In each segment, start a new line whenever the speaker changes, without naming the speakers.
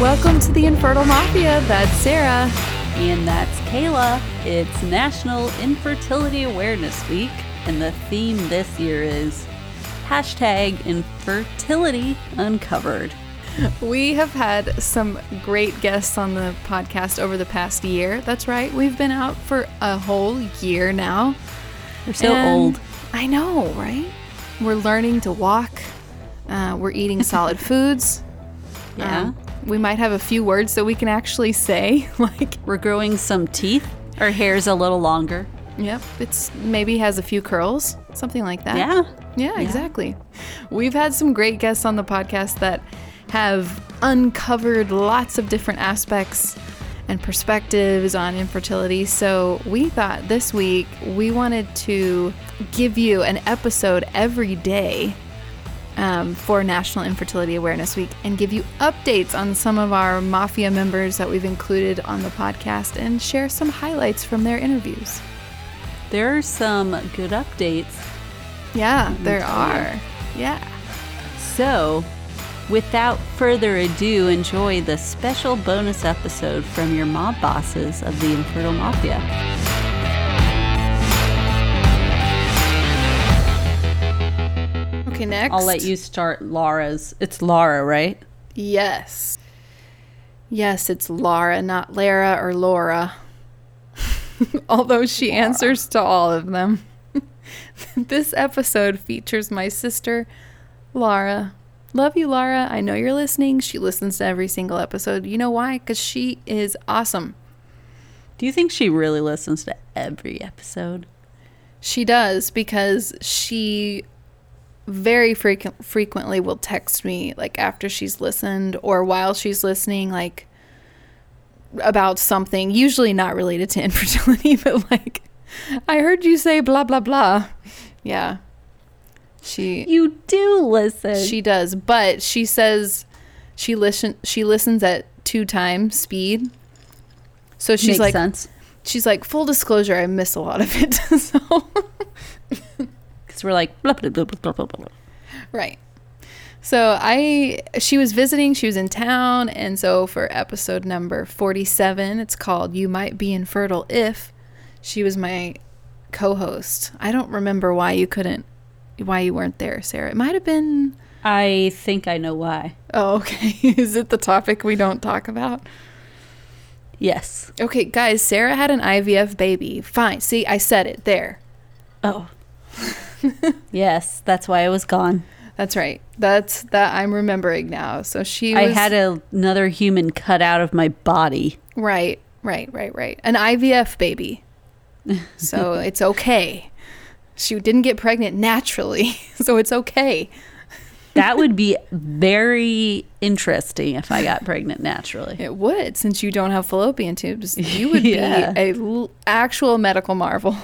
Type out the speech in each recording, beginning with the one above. Welcome to the Infertile Mafia. That's Sarah.
And that's Kayla. It's National Infertility Awareness Week, and the theme this year is hashtag infertility uncovered.
We have had some great guests on the podcast over the past year. That's right. We've been out for a whole year now.
We're so
And
old.
I know, right? We're learning to walk. Uh, we're eating solid foods.
Yeah.
Um, we might have a few words that we can actually say. like,
We're growing some teeth. Our hair's a little longer.
yep, it's maybe has a few curls, something like that.
Yeah.
Yeah, exactly. We've had some great guests on the podcast that have uncovered lots of different aspects and perspectives on infertility. So, we thought this week we wanted to give you an episode every day um, for National Infertility Awareness Week and give you updates on some of our Mafia members that we've included on the podcast and share some highlights from their interviews.
There are some good updates.
Yeah, there
tell you.
are. Yeah.
So, without further ado, enjoy the special bonus episode from your mob bosses of the Infertile Mafia.
Okay, next.
I'll let you start Laura's. It's Laura, right?
Yes. Yes, it's Lara, not Lara or Laura. Although she answers to all of them. this episode features my sister, Lara. Love you, Lara. I know you're listening. She listens to every single episode. You know why? Because she is awesome.
Do you think she really listens to every episode?
She does because she very frequent frequently will text me like after she's listened or while she's listening like about something usually not related to infertility but like I heard you say blah blah blah. Yeah. She
You do listen.
she does, but she says she listen she listens at two times speed. So she's
Makes
like
sense
she's like full disclosure I miss a lot of it. so
because we're like blah blah blah blah blah blah. blah.
Right. So I she was visiting, she was in town, and so for episode number 47, it's called You Might Be Infertile If she was my co-host. I don't remember why you couldn't why you weren't there, Sarah. It might have been
I think I know why.
Oh, okay. Is it the topic we don't talk about?
Yes.
Okay, guys, Sarah had an IVF baby. Fine. See, I said it there.
Oh. yes, that's why I was gone.
That's right. That's that I'm remembering now. So she
I
was
had a, another human cut out of my body.
Right, right, right, right. An IVF baby. So it's okay. She didn't get pregnant naturally, so it's okay.
That would be very interesting if I got pregnant naturally.
It would, since you don't have fallopian tubes. You would
Yeah.
be a l- actual medical marvel.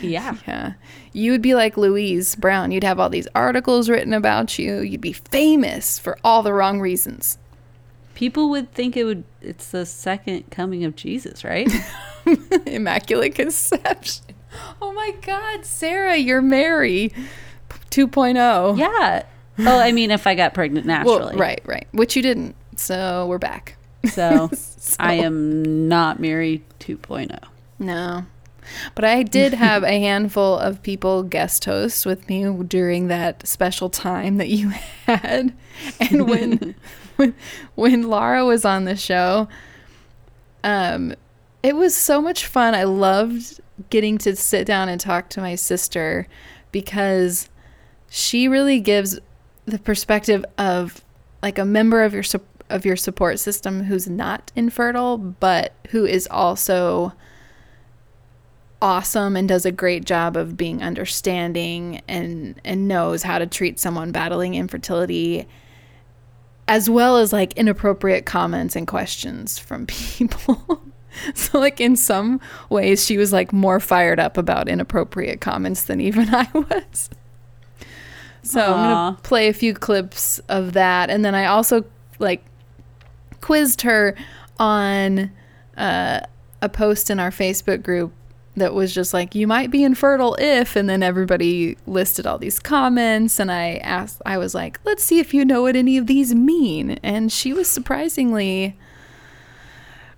Yeah.
yeah. You would be like Louise Brown. You'd have all these articles written about you. You'd be famous for all the wrong reasons.
People would think it would it's the second coming of Jesus, right?
Immaculate conception. Oh my God, Sarah, you're Mary 2.0.
yeah. Oh, I mean if I got pregnant naturally.
Well, right, right. Which you didn't. So we're back.
So, I am not married oh. 2.0.
No. But I did have a handful of people guest host with me during that special time that you had. And when when, when Laura was on the show, um it was so much fun. I loved getting to sit down and talk to my sister because she really gives the perspective of like a member of your sup- of your support system who's not infertile but who is also awesome and does a great job of being understanding and and knows how to treat someone battling infertility as well as like inappropriate comments and questions from people. so like in some ways she was like more fired up about inappropriate comments than even I was. So I'm
Aw.
going to play a few clips of that and then I also like quizzed her on uh, a post in our Facebook group that was just like you might be infertile if and then everybody listed all these comments and I asked I was like let's see if you know what any of these mean and she was surprisingly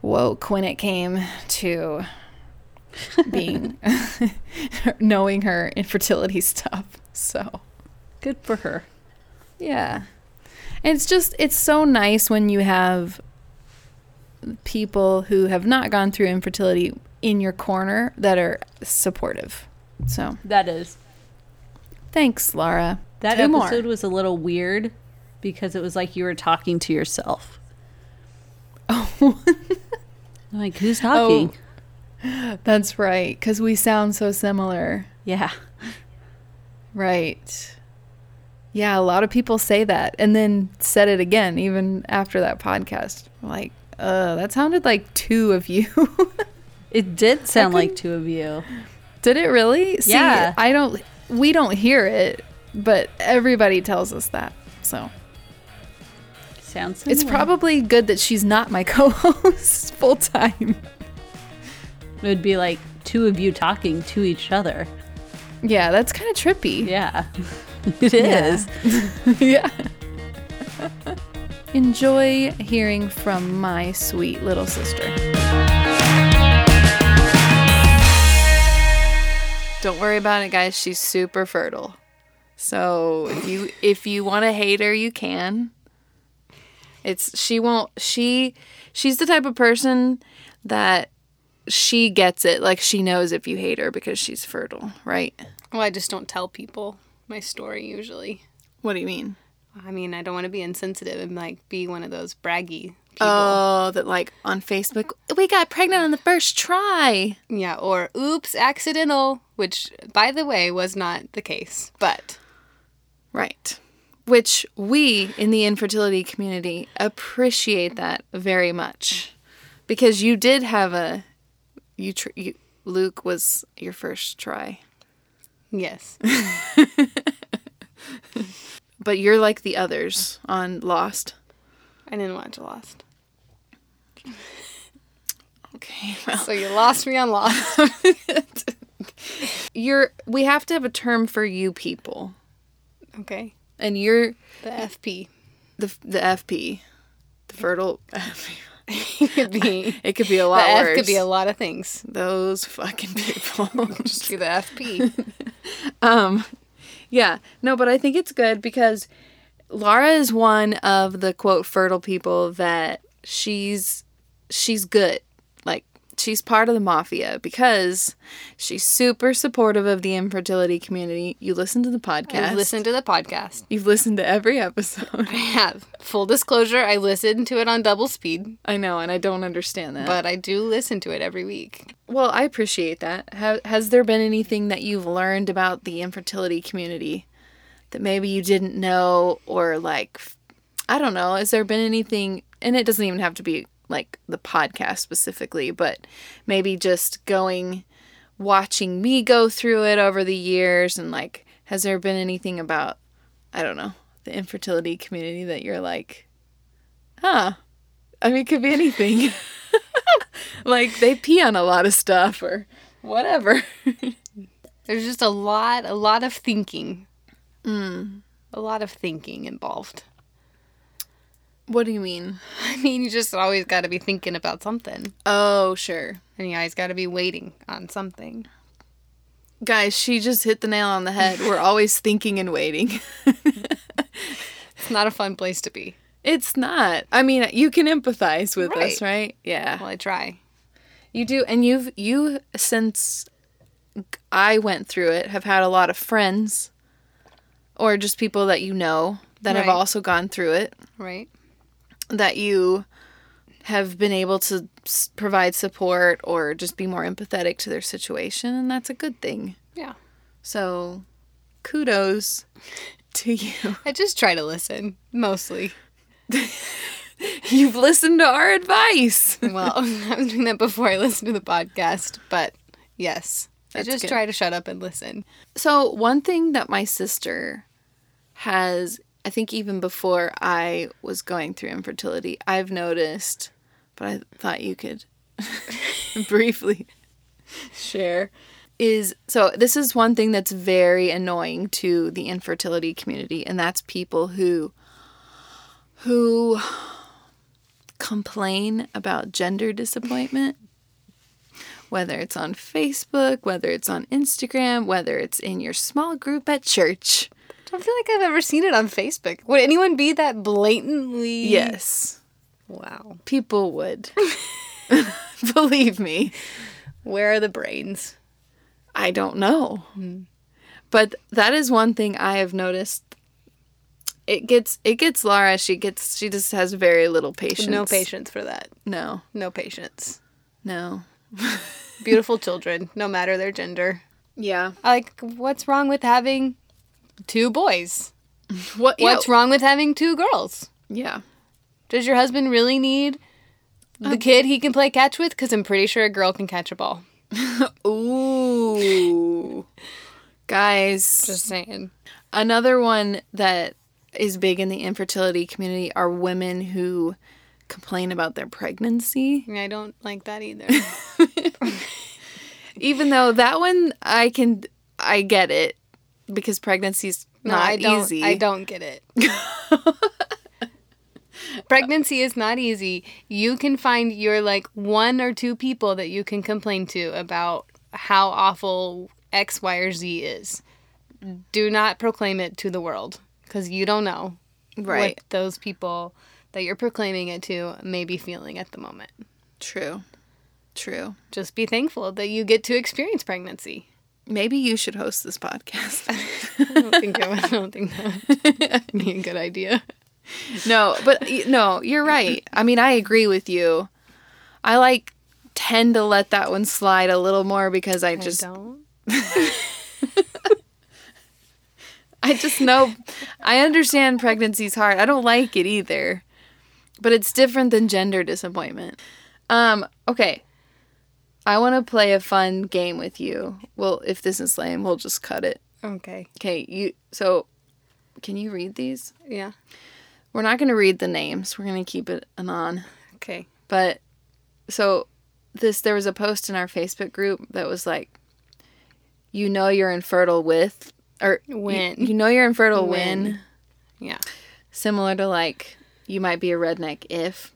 woke when it came to being knowing her infertility stuff so
Good for her.
yeah. And it's just it's so nice when you have people who have not gone through infertility in your corner that are supportive. So,
That is.
thanks Laura.
That
Two more.
episode was a little weird because it was like you were talking to yourself. Oh. like, who's talking?
That's right cuz we sound so similar.
Yeah.
Right. Yeah, a lot of people say that and then said it again even after that podcast. Like, uh, that sounded like two of you.
It did sound like
couldn't-
two of you.
Did it really? See,
Yeah.
I don't. We don't hear it, but everybody tells us that. So
Sounds similar.
it's probably good that she's not my co-host full time.
It would be like two of you talking to each other.
Yeah, that's kind of trippy.
Yeah. it is.
yeah. Enjoy hearing from my sweet little sister. Don't worry about it, guys. She's super fertile. So if you if you want to hate her, you can. It's she won't she she's the type of person that she gets it. Like she knows if you hate her because she's fertile, right?
Well, I just don't tell people my story usually.
What do you mean?
I mean, I don't want to be insensitive and like be one of those braggy people.
Oh, that like on Facebook, we got pregnant on the first try.
yeah, or oops, accidental, which by the way was not the case. But
Right. Which we in the infertility community appreciate that very much because you did have a, you, tr- you Luke was your first try,
yes.
but you're like the others on Lost.
I didn't watch Lost.
Okay. Well,
So you lost me on Lost.
you're, we have to have a term for you people
Okay.
and you're
The FP.
the, the FP, the fertile FP.
could be.
It could be a
The
lot
F
worse.
could be a lot of things.
Those fucking people.
Just be the FP.
Um, yeah, no, but I think it's good because Lara is one of the quote fertile people that she's she's good. Like she's part of the mafia because she's super supportive of the infertility community. You listen to the podcast.
I've listened to the podcast.
You've listened to every episode.
I have. Full disclosure, I listened to it on double speed,
I know, and I don't understand that.
but I do listen to it every week.
well, I appreciate that. Ha- has there been anything that you've learned about the infertility community that maybe you didn't know or like f- I don't know, has there been anything and it doesn't even have to be like the podcast specifically, but maybe just going watching me go through it over the years and like has there been anything about I don't know, the infertility community that you're like huh. I mean, it could be anything. like they pee on a lot of stuff or whatever.
There's just a lot, a lot of thinking.
Mm.
A lot of thinking involved.
What do you mean?
I mean, you just always got to be thinking about something,
Oh, sure.
and you always got to be waiting on something.
Guys, she just hit the nail on the head. We're always thinking and waiting.
It's not a fun place to be.
It's not. I mean, you can empathize with us,
Right.
right? Yeah.
Well, I try.
You do and you've you since I went through it have had a lot of friends or just people that you know that have
Right.
also gone through it.
Right?
that you have been able to s- provide support or just be more empathetic to their situation and that's a good thing
Yeah.
so kudos to you
I just try to listen mostly.
you've listened to our advice
Well, I was doing that before I listened to the podcast, but yes,
That's
I just
good.
try to shut up and listen.
so one thing that my sister has i think even before i was going through infertility i've noticed but i thought you could briefly share is so this is one thing that's very annoying to the infertility community and that's people who who complain about gender disappointment whether it's on Facebook, whether it's on Instagram, whether it's in your small group at church.
I don't feel like I've ever seen it on Facebook. Would anyone be that blatantly?
Yes,
Wow.
people would. Believe me.
Where are the brains?
I don't know. But that is one thing I have noticed. It gets it gets Laura. She gets she just has very little patience.
No patience for that.
No,
No patience.
no.
Beautiful children, no matter their gender.
Yeah.
Like, what's wrong with having two boys?
What?
What's
What's
wrong with having two girls?
yeah.
Does your husband really need the kid he can play catch with? Because I'm pretty sure a girl can catch a ball.
Ooh. Guys,
Just saying.
another one that is big in the infertility community are women who complain about their pregnancy.
I don't like that either.
Even though that one I can I get it because pregnancy's
No,
not
I don't.
easy.
I don't get it. Pregnancy is not easy. You can find your like one or two people that you can complain to about how awful X, Y, or Z is. Do not proclaim it to the world because you don't know
Right.
what those people that you're proclaiming it to may be feeling at the moment.
True. True.
Just be thankful that you get to experience pregnancy.
Maybe you should host this podcast.
I don't think that would, I don't think that would be a good idea.
no, but y- no, you're right. I mean, I agree with you. I like tend to let that one slide a little more because I just
I don't.
I just know I understand pregnancy's hard. I don't like it either. But it's different than gender disappointment. Um, okay. I want to play a fun game with you. Well, if this is lame, we'll just cut it.
Okay.
Okay, you so can you read these?
Yeah.
We're not going to read the names. We're going to keep it anon.
Okay.
But so this there was a post in our Facebook group that was like you know you're infertile with or you-
When.
you, know you're infertile
When.
when
Yeah.
similar to like you might be a redneck if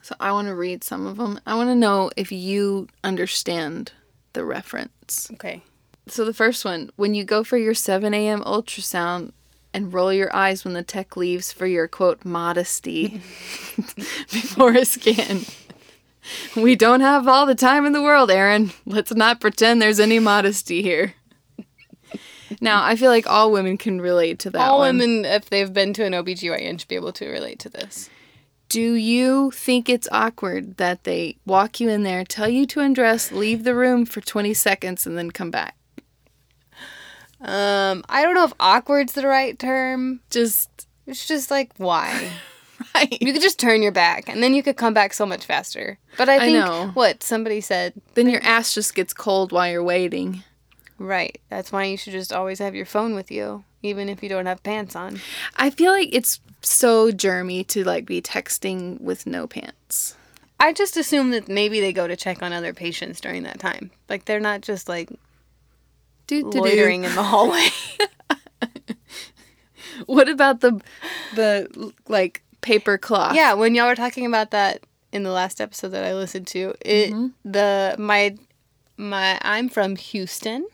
so i want to read some of them i want to know if you understand the reference
Okay.
so the first one when you go for your 7 a.m ultrasound and roll your eyes when the tech leaves for your quote modesty before a scan we don't have all the time in the world aaron let's not pretend there's any modesty here now i feel like all women can relate to that
All
one.
women, if they've been to an OBGYN, should be able to relate to this.
Do you think it's awkward that they walk you in there, tell you to undress, leave the room for 20 seconds, and then come back?
Um, I don't know if awkward's the right term.
Just
It's just like why?
right.
you could just turn your back and then you could come back so much faster. But I think
know.
what somebody said,
Then your ass just gets cold while you're waiting.
right. That's why you should just always have your phone with you, even if you don't have pants on.
I feel like it's so germy to like be texting with no pants.
I just assume that maybe they go to check on other patients during that time. Like they're not just like
Doo, doo,
loitering
doo.
in the hallway.
What about the the like paper cloth?
Yeah, when y'all were talking about that in the last episode that I listened to, it
Mm-hmm.
the my my I'm from Houston.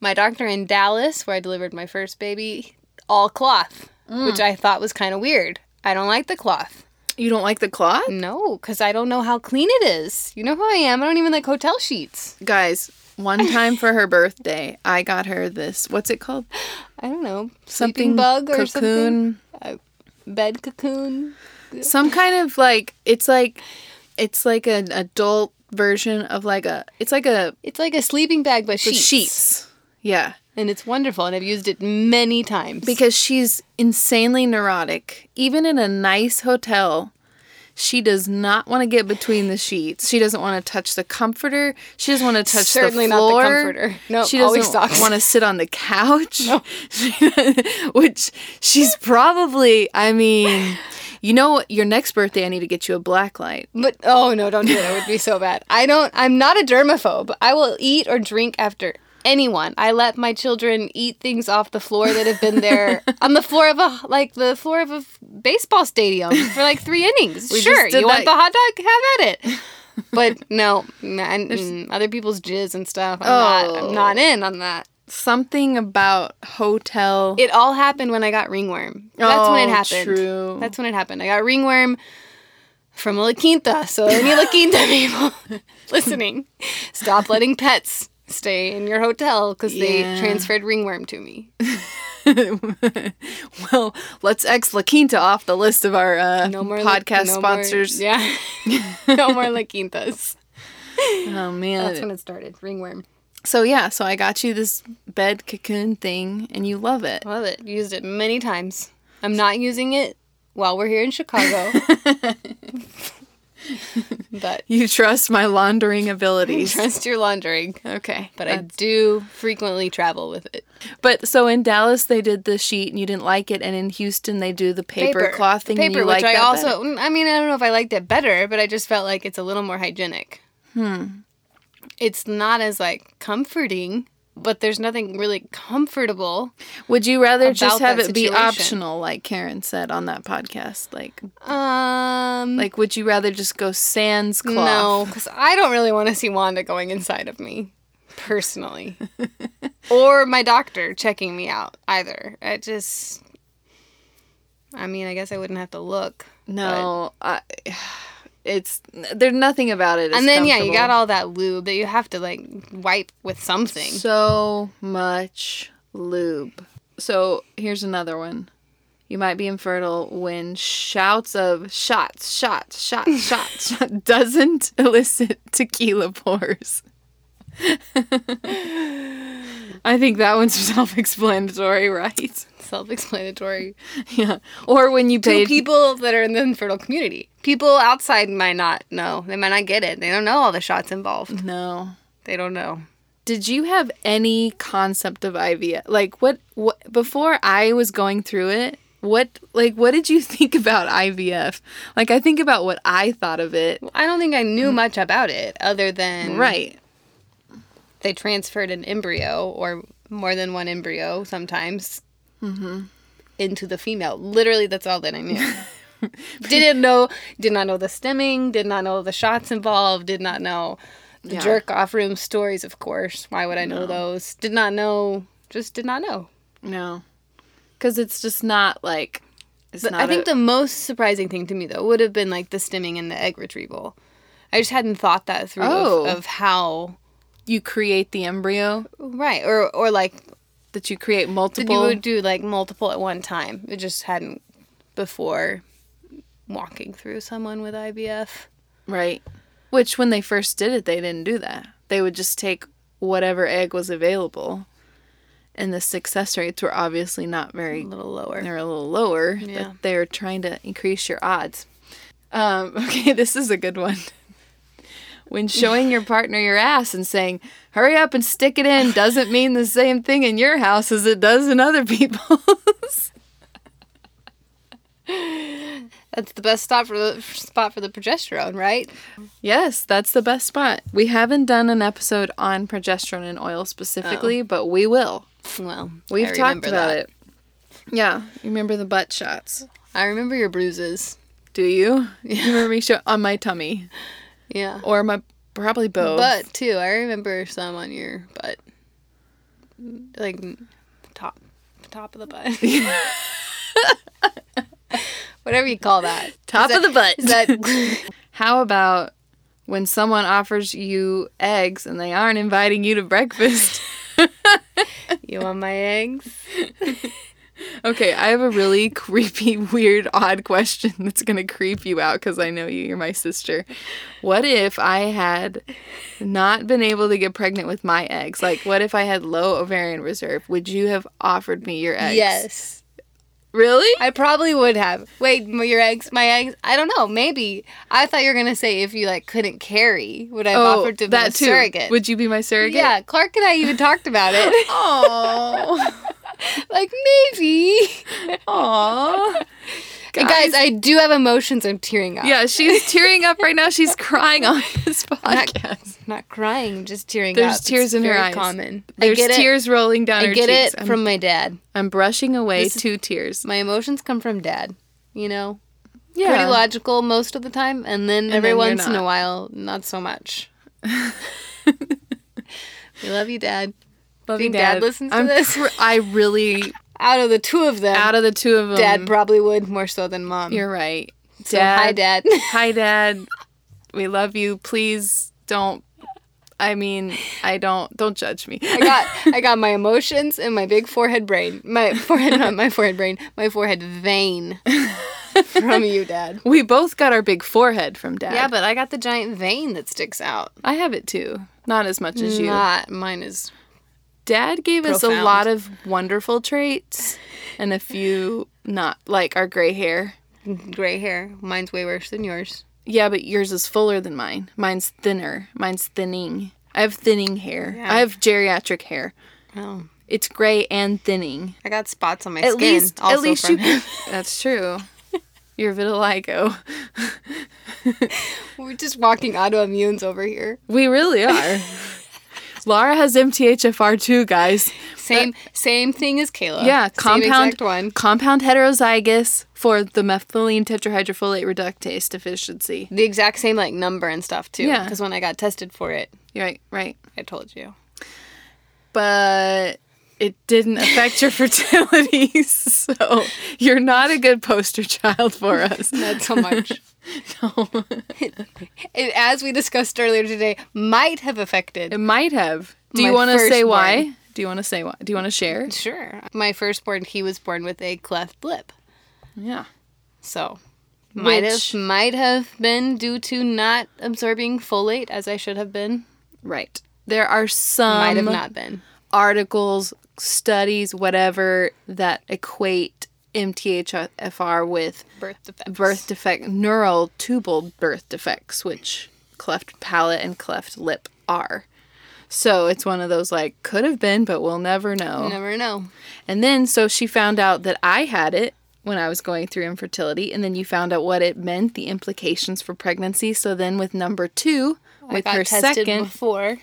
My doctor in Dallas, where I delivered my first baby, all cloth,
Mm.
which I thought was kind of weird. I don't like the cloth.
You don't like the cloth?
No, because I don't know how clean it is. You know who I am. I don't even like hotel sheets.
Guys, one time for her birthday, I got her this. What's it called?
I don't know
Something
sleeping bug or
cocoon.
something. Bed cocoon.
some kind of like it's like it's like an adult version of like a it's like a
It's like a sleeping bag, but
the
sheets.
sheets. Yeah,
and it's wonderful. And I've used it many times.
because she's insanely neurotic. Even in a nice hotel, she does not want to get between the sheets. She doesn't want to touch the comforter. She doesn't want to touch
Certainly
the
not the
floor.
comforter. No,
she
always
doesn't
socks.
want to sit on the couch. She- which she's probably. I mean, You know, your next birthday, I need to get you a black light.
But oh no, don't do it. It would be so bad. I don't. I'm not a dermaphobe. I will eat or drink after anyone. I let my children eat things off the floor that have been there on the floor of a like the floor of a f- baseball stadium for like three innings.
We
sure,
just did
you want
that-
the hot dog? Have at it. But no, n- I- mm, other people's jizz and stuff. I'm not.
Oh.
I'm not in on that.
Something about hotel.
It all happened when I got ringworm. That's when it
Oh,
happened.
True.
That's when it happened. I got ringworm from a La Quinta. So any La Quinta people listening, stop letting pets stay in your hotel because
Yeah.
they transferred ringworm to me.
well, let's ex La Quinta off the list of our uh,
No more La-
podcast
no more-
sponsors.
yeah, no more La Quintas.
Oh man,
That's when it started. Ringworm.
So yeah, so I got you this bed cocoon thing, and you love it.
Love it. Used it many times. I'm not using it while we're here in Chicago. but
You trust my laundering abilities.
trust your laundering.
Okay,
But I do frequently travel with it.
but so in Dallas they did the sheet and you didn't like it, and in Houston they do the paper, cloth thing. and
paper,
you
which
like
I
that
also.
better.
mm, I mean, I don't know if I liked it better, but I just felt like it's a little more hygienic. Hmm. It's not as like comforting, but there's nothing really comfortable.
Would you rather just
about
have
that
it be
situation.
optional, like Karen said on that podcast? Like,
Um,
like would you rather just go sans cloth?
no, because I don't really want to see Wanda going inside of me, personally, or my doctor checking me out either. I just. I mean, I guess I wouldn't have to look.
No, I, it's there's nothing about it. is
and then yeah, you got
comfortable.
all that lube that you have to like wipe with something.
So much lube. So here's another one. You might be infertile when shouts of shots, shots, shots, shots shot doesn't elicit tequila pours. I think that one's self-explanatory, right?
Self-explanatory.
Yeah. Or when you
To
paid
people that are in the infertile community, people outside might not know. They might not get it. They don't know all the shots involved.
No.
They don't know.
Did you have any concept of IVF? Like what what before I was going through it, what like what did you think about IVF? Like I think about what I thought of it.
I don't think I knew much about it other than
Mm. Right.
they transferred an embryo or more than one embryo sometimes
Mm-hmm.
into the female. Literally, that's all that I knew. Didn't know, did not know the stemming, did not know the shots involved, did not know the
Yeah.
jerk off room stories, of course. Why would I know those? Did not know, just did not know.
No. Cuz it's just not like it's
But
not
I think
a-
the most surprising thing to me, though, would have been like the stemming and the egg retrieval. I just hadn't thought that through
Oh.
of, of how,
you create the embryo
right, or, or like
that you create
Did
multiple
you would do like multiple at one time. It just hadn't before walking through someone with IBF.
right. Which when they first did it, they didn't do that. They would just take whatever egg was available. And the success rates were obviously not very
A little lower.
they're a little lower. but
Yeah.
they're trying to increase your odds. Um, okay, this is a good one. When showing your partner your ass and saying, hurry up and stick it in, doesn't mean the same thing in your house as it does in other people's.
That's the best stop for the spot for the progesterone, right?
yes, that's the best spot. We haven't done an episode on progesterone and oil specifically, but we will.
Well,
We've
I
talked
remember
about
that.
it. Yeah, you remember the butt shots.
I remember your bruises.
Do you? You remember me show- on my tummy
Yeah.
or my probably both.
Butt too. I remember some on your butt. Like top top of the butt. Whatever you call that.
top of the butt.
Is that
How about when someone offers you eggs and they aren't inviting you to breakfast?
you want my eggs?
okay, I have a really creepy, weird, odd question that's going to creep you out because I know you. You're my sister. What if I had not been able to get pregnant with my eggs? Like, what if I had low ovarian reserve? Would you have offered me your eggs?
Yes.
Really?
I probably would have. Wait, m- your eggs, my eggs. I don't know. Maybe I thought you were gonna say if you like couldn't carry, would I have offered to be a surrogate?
Oh, Would you be my surrogate?
yeah, Clark and I even talked about it.
Aww.
like maybe.
Aww. guys.
Guys, I do have emotions. I'm tearing up.
yeah, she's tearing up right now. She's crying on this
I'm
podcast.
not, I'm not crying. I'm just tearing
There's
up. It's
tears in her
very
eyes.
Common.
There's
I get it.
tears rolling down
I
her
get
cheeks.
it
I'm-
from my dad.
I'm brushing away
This is-
two tears.
My emotions come from dad. You know,
Yeah.
pretty logical most of the time, and then every
then you're
once in a
not.
while, not so much. we love you, dad.
Love
think Dad listens to
I'm
this?
pr- I really,
Out of the two of them,
out of the two of them,
dad probably would more so than mom.
you're right.
so, hi, dad.
Hi, Dad. We love you. Please don't. I mean, I don't. Don't judge me.
I got I got my emotions and my big forehead brain. My forehead not my forehead brain, my forehead vein from you, Dad.
we both got our big forehead from Dad.
Yeah, but I got the giant vein that sticks out.
I have it too. Not as much as you.
Not mine is
Dad gave us a
Profound.
lot of wonderful traits and a few not, like our gray hair.
gray hair. Mine's way worse than yours.
Yeah, but yours is fuller than mine. Mine's thinner. Mine's thinning. I have thinning hair.
Yeah.
I have geriatric hair.
Oh.
It's gray and thinning.
I got spots on my
At
skin.
least,
also
at least
from
you. That's true. Your vitiligo.
We're just walking autoimmunes over here.
We really are. Laura has MTHFR too, guys.
Same same thing as Kayla.
Yeah,
Same
compound
exact one.
compound heterozygous for the methylene tetrahydrofolate reductase deficiency.
The exact same like number and stuff too.
Yeah.
Because when I got tested for it,
You're right, right.
I told you.
But it didn't affect your fertility, so you're not a good poster child for us.
Not so much.
No.
it, as we discussed earlier today, might have affected.
It might have. Do you
My
want to say
firstborn.
why? Do you want to say why? Do you want to share?
Sure. My firstborn, he was born with a cleft lip.
Yeah.
So, might
Which-
have might have been due to not absorbing folate as I should have been.
Right. There are some
Might have not been.
articles, studies, whatever that equate MTHFR with
Birth defects.
birth defect, neural tubal birth defects, which cleft palate and cleft lip are. So it's one of those like could have been, but we'll never know.
You never know.
And then so she found out that I had it when I was going through infertility, and then you found out what it meant, the implications for pregnancy. So then with number two, with
Oh, I got
her
tested
second,
before.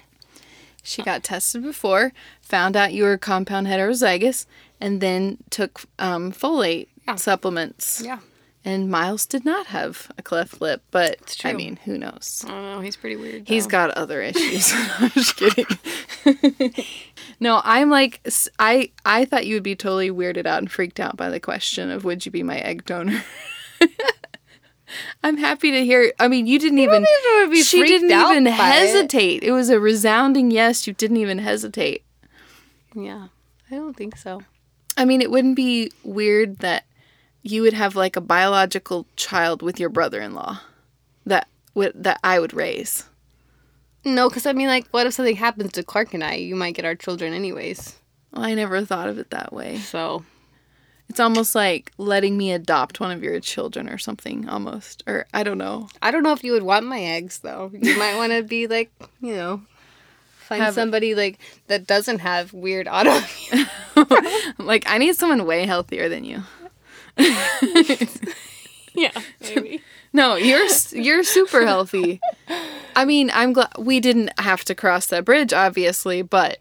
she got tested before, found out you were compound heterozygous, and then took um, folate supplements.
Yeah.
And Miles did not have a cleft lip, but I
true.
mean, who knows?
I don't know. He's pretty weird.
He's
though.
got other issues. I'm just kidding. no, I'm like s- I I thought you would be totally weirded out and freaked out by the question of would you be my egg donor. I'm happy to hear. I mean, you didn't even.
think I would be
she
freaked
didn't
out
even
by it.
hesitate. It. was a resounding yes. You didn't even hesitate.
Yeah. I don't think so.
I mean, it wouldn't be weird that you would have like a biological child with your brother-in-law that would that I would raise.
No, because I mean, like, what if something happens to Clark and I? You might get our children anyways.
Well, I never thought of it that way.
So
It's almost like letting me adopt one of your children or something, almost. Or I don't know.
I don't know if you would want my eggs though. You might want to be like, you know, find
Have-
somebody like that doesn't have weird autoimmune.
like, I need someone way healthier than you.
yeah, maybe.
No, you're s- you're super healthy. I mean, I'm glad we didn't have to cross that bridge, obviously, but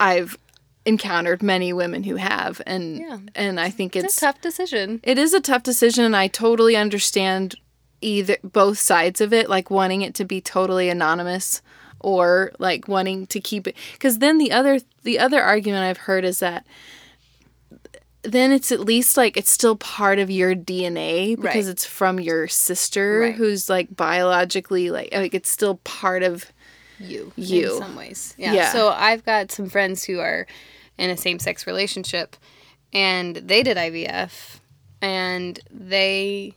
I've encountered many women who have, and
Yeah.
and I think
It's
it's
a tough decision.
It is a tough decision, and I totally understand either both sides of it, like wanting it to be totally anonymous or like wanting to keep it. Because then the other the other argument I've heard is that then it's at least like it's still part of your DNA because
Right.
it's from your sister
Right.
who's like biologically like like it's still part of
You,
You.
in some ways. Yeah.
Yeah.
So I've got some friends who are in a same-sex relationship, and they did IVF, and they,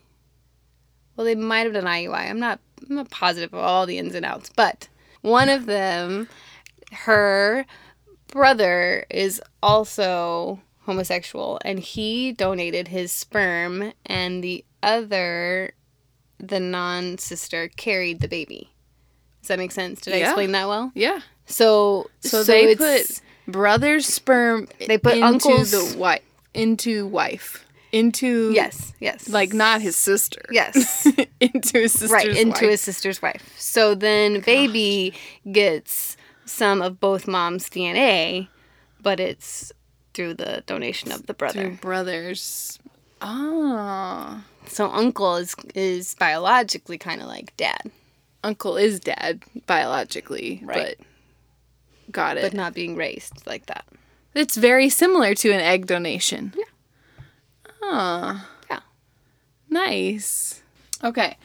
well, they might have done IUI. I'm not, I'm not positive of all the ins and outs, but one of them, her brother is also homosexual and he donated his sperm and the other the non-sister carried the baby does that make sense did i
Yeah.
explain that well
yeah.
so
So, they
it's-
put brother's sperm
They put
into
uncle's-
the wife into wife. into
Yes, yes.
like not his sister.
Yes.
into his sister's
right, into
wife.
his sister's wife. So then baby gets some of both mom's DNA, but it's through the donation of the brother.
Through brothers. Ah.
So uncle is is biologically kind of like dad,
Uncle is dad biologically,
Right.
but got it.
but not being raised like that.
It's very similar to an egg donation.
Yeah.
Ah,
Yeah.
nice. Okay,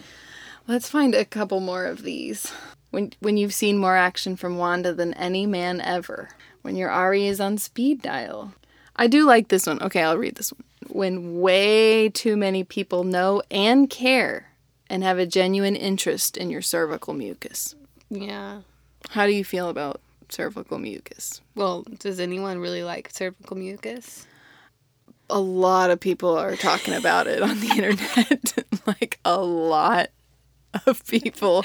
let's find a couple more of these. When when you've seen more action from Wanda than any man ever. When your Ari is on speed dial. I do like this one. Okay, I'll read this one. When way too many people know and care and have a genuine interest in your cervical mucus.
Yeah.
How do you feel about cervical mucus?
Well, does anyone really like cervical mucus?
a lot of people are talking about it on the internet. like a lot of people.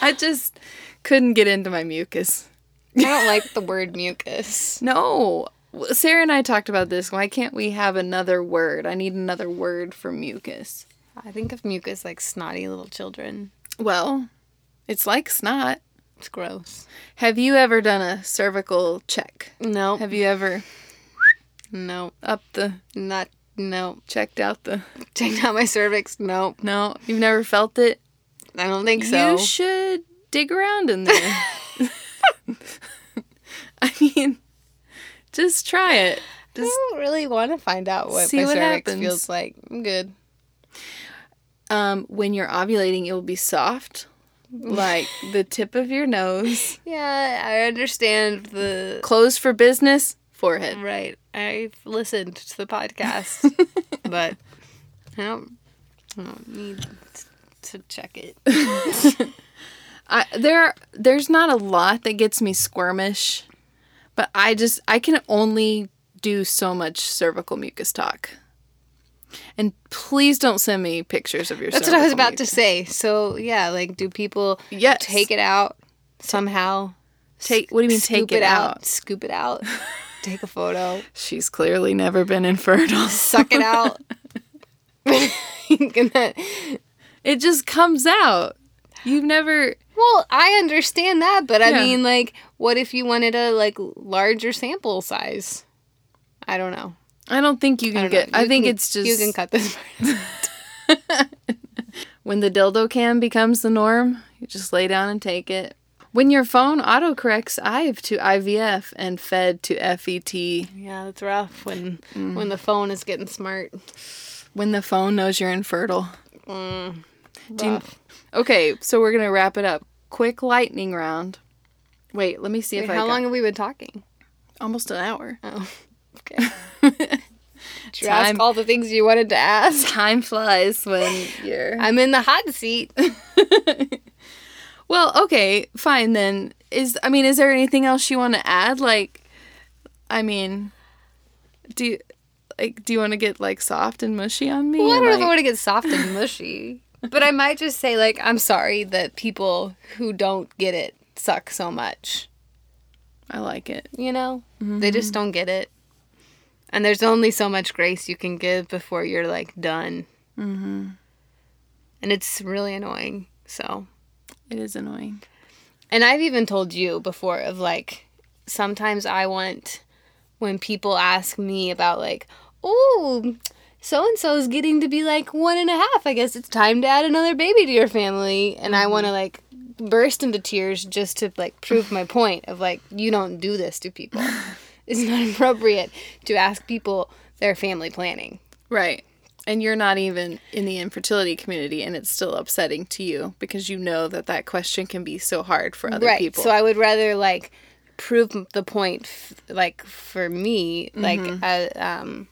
I just couldn't get into my mucus.
I don't like the word mucus.
No. Sarah and I talked about this. Why can't we have another word? I need another word for mucus.
I think of mucus like snotty little children.
Well, it's like snot.
It's gross.
Have you ever done a cervical check?
No,
Have you ever
no,
up the
not no.
checked out the
Checked out my cervix. No,
No, you've never felt it?
I don't think so.
You should dig around in there. I mean, just try it.
I don't really want to find out what
See
my
what
cervix
happens.
feels like. I'm good.
Um, when you're ovulating, it will be soft, like the tip of your nose.
Yeah, I understand the
Clothes for business, forehead.
Right. I've listened to the podcast, but I don't, I don't need t- to check it.
I, there, there's not a lot that gets me squirmish, but I just I can only do so much cervical mucus talk. And please don't send me pictures of your.
That's what I was
cervical
about
mucus.
to say. So, yeah, like, do people
Yes.
take it out somehow?
Take. What do you mean?
Scoop
Take it out.
Scoop it out. Take a photo.
She's clearly never been infertile.
Suck it out. And that-
It just comes out. You've never.
well, I understand that, but I
Yeah.
mean, like, what if you wanted a like larger sample size? I don't know.
I don't think you
I
can
don't know.
get. I
You
think
can-
it's just
you can cut this. part.
when the dildo cam becomes the norm. You just lay down and take it. When your phone autocorrects IVE to IVF and FED to E FET.
Yeah, that's rough when when the phone is getting smart.
When the phone knows you're infertile. you-
Mm, Rough.
Okay, so we're gonna wrap it up. Quick lightning round. Wait, let me see if I
Wait, how
got-
long have we been talking?
Almost an hour.
Oh, okay. Did you ask
Time-
all the things you wanted to ask?
Time flies when you're.
I'm in the hot seat.
Well, okay, fine then. Is I mean, is there anything else you want to add? Like, I mean, do you, like do you want to get like soft and mushy on me?
Well, I
Or,
don't know if I
like-
want to get soft and mushy, but I might just say like I'm sorry that people who don't get it suck so much.
I like it.
You know, they just don't get it, and there's only so much grace you can give before you're like done. Mm-hmm. And it's really annoying. So
It is annoying.
And I've even told you before of like sometimes I want when people ask me about like, oh, so and so is getting to be like one and a half. I guess it's time to add another baby to your family. And I want to like burst into tears just to like prove my point of like, you don't do this to people. it's not appropriate to ask people their family planning.
Right. And you're not even in the infertility community, and it's still upsetting to you because you know that that question can be so hard for other
right.
people.
So I would rather like prove m- the point, f- like for me, like
Mm-hmm.
uh, um,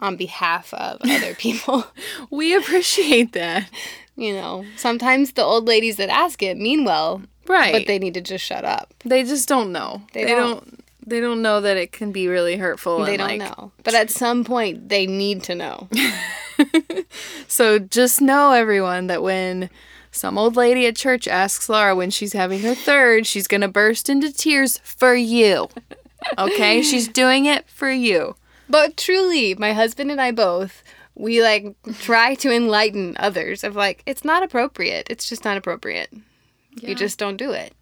on behalf of other people.
we appreciate that.
you know, sometimes the old ladies that ask it mean well,
Right.
but they need to just shut up.
they just don't know.
They
don't.
don't.
They don't know that it can be really hurtful.
they
and,
don't
like,
know. But at some point, they need to know.
So just know, everyone, that when some old lady at church asks Laura when she's having her third, she's going to burst into tears for you. Okay? she's doing it for you.
But truly, my husband and I both, we like try to enlighten others of like, it's not appropriate. It's just not appropriate. You just don't do it.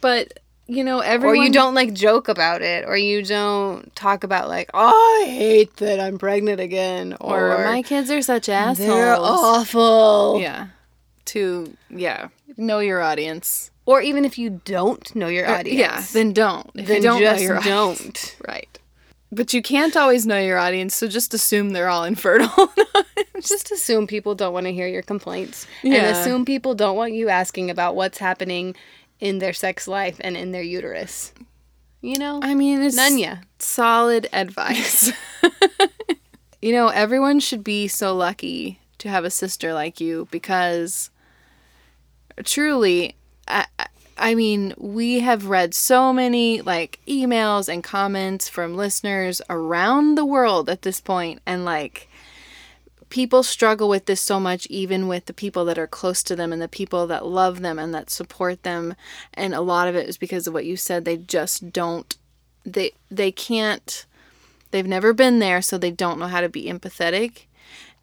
But you know, everyone
Or you don't like joke about it, or you don't talk about like, oh, I hate that I'm pregnant again, or,
Or my kids are such assholes.
they're awful.
Yeah. To yeah, know your audience.
Or even if you don't know your audience,
Uh, Yeah. Then don't. If
then
you don't
just
know your audience.
don't.
Right. But you can't always know your audience, so just assume they're all infertile.
Just assume people don't want to hear your complaints, and
Yeah.
assume people don't want you asking about what's happening in their sex life and in their uterus. You know,
I mean, it's
Nanya.
solid advice. you know, everyone should be so lucky to have a sister like you because truly, I, I- I mean, we have read so many like emails and comments from listeners around the world at this point, and like, people struggle with this so much even with the people that are close to them and the people that love them and that support them and a lot of it is because of what you said they just don't they they can't they've never been there so they don't know how to be empathetic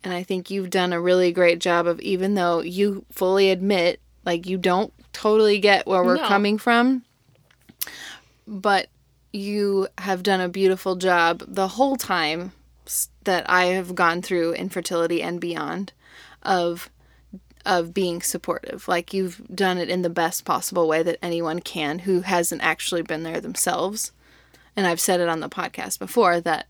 and i think you've done a really great job of even though you fully admit like you don't totally get where we're
No.
coming from but you have done a beautiful job the whole time s- that I have gone through infertility and beyond of of being supportive. Like you've done it in the best possible way that anyone can who hasn't actually been there themselves. And I've said it on the podcast before that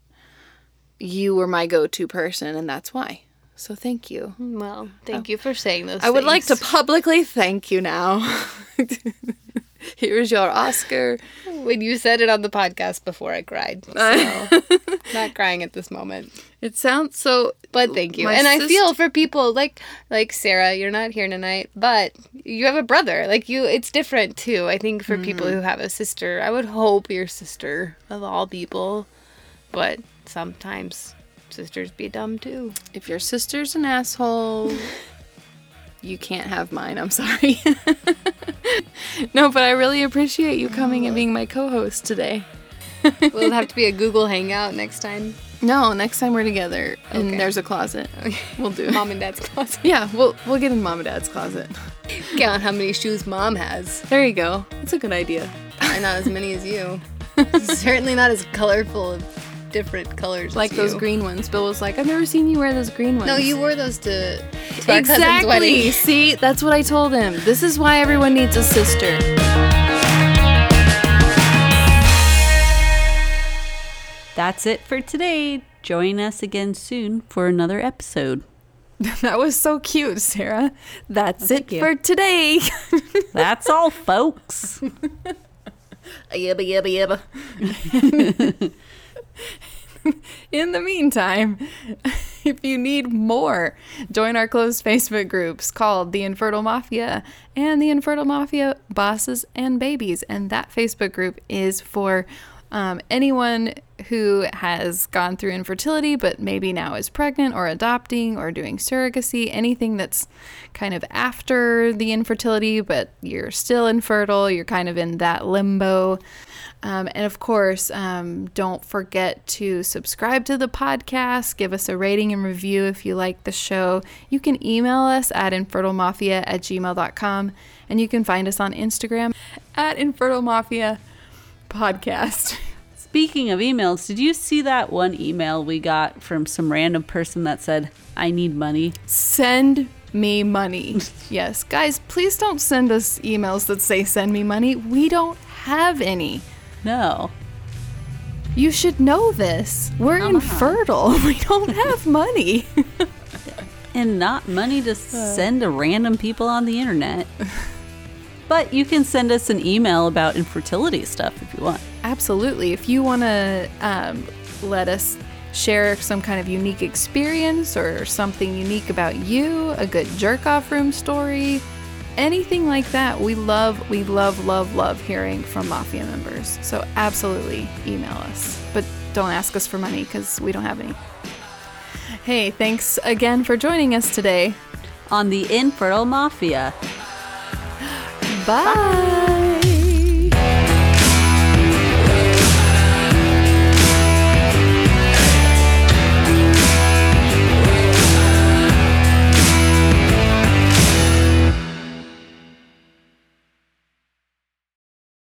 you were my go-to person and that's why. So thank you.
well, thank you for saying those.
Oh. I would like to publicly thank you now. Here's your Oscar.
When you said it on the podcast before, I cried. So, not crying at this moment.
It sounds so
But thank you.
My
and I
sis-
feel for people like like Sarah, you're not here tonight, but you have a brother. Like you it's different too. I think for people
Mm-hmm.
who have a sister, I would hope your sister of all people. But sometimes sisters be dumb too.
If your sister's an asshole, you can't have mine. I'm sorry. no, but I really appreciate you coming and being my co host today.
Will it have to be a Google hangout next time?
No, next time we're together and
Okay.
there's a closet, we'll do it.
Mom and dad's closet.
Yeah, we'll, we'll get in mom and dad's closet.
Count how many shoes mom has.
There you go. It's a good idea.
Probably not as many as you. Certainly not as colorful of different colors.
Like
as
those
you.
green ones. Bill was like, I've never seen you wear those green ones.
No, you wore those to, to our cousin's wedding.
Exactly. See, that's what I told him. This is why everyone needs a sister.
That's it for today. Join us again soon for another episode.
That was so cute, Sarah. That's it
you.
for today.
That's all, folks.
Yibba yibba yibba. In the meantime, if you need more, join our closed Facebook groups called The Infertile Mafia and The Infertile Mafia Bosses and Babies. And that Facebook group is for um, anyone who has gone through infertility but maybe now is pregnant or adopting or doing surrogacy, anything that's kind of after the infertility but you're still infertile, you're kind of in that limbo. Um, and of course, um, don't forget to subscribe to the podcast. Give us a rating and review if you like the show. You can email us at infertilemafia at gmail.com. And you can find us on Instagram at infertilemafia podcast.
Speaking of emails, did you see that one email we got from some random person that said, I need money?
Send me money. Yes, guys, please don't send us emails that say send me money. We don't have any.
No.
You should know this. We're infertile. We don't have money.
and not money to send to random people on the internet. but you can send us an email about infertility stuff if you want.
Absolutely. If you want to um, let us share some kind of unique experience or something unique about you, a good jerk off room story, anything like that, we love, we love, love, love hearing from Mafia members. So absolutely email us. But don't ask us for money because we don't have any. Hey, thanks again for joining us today.
On the Infertile Mafia.
Bye.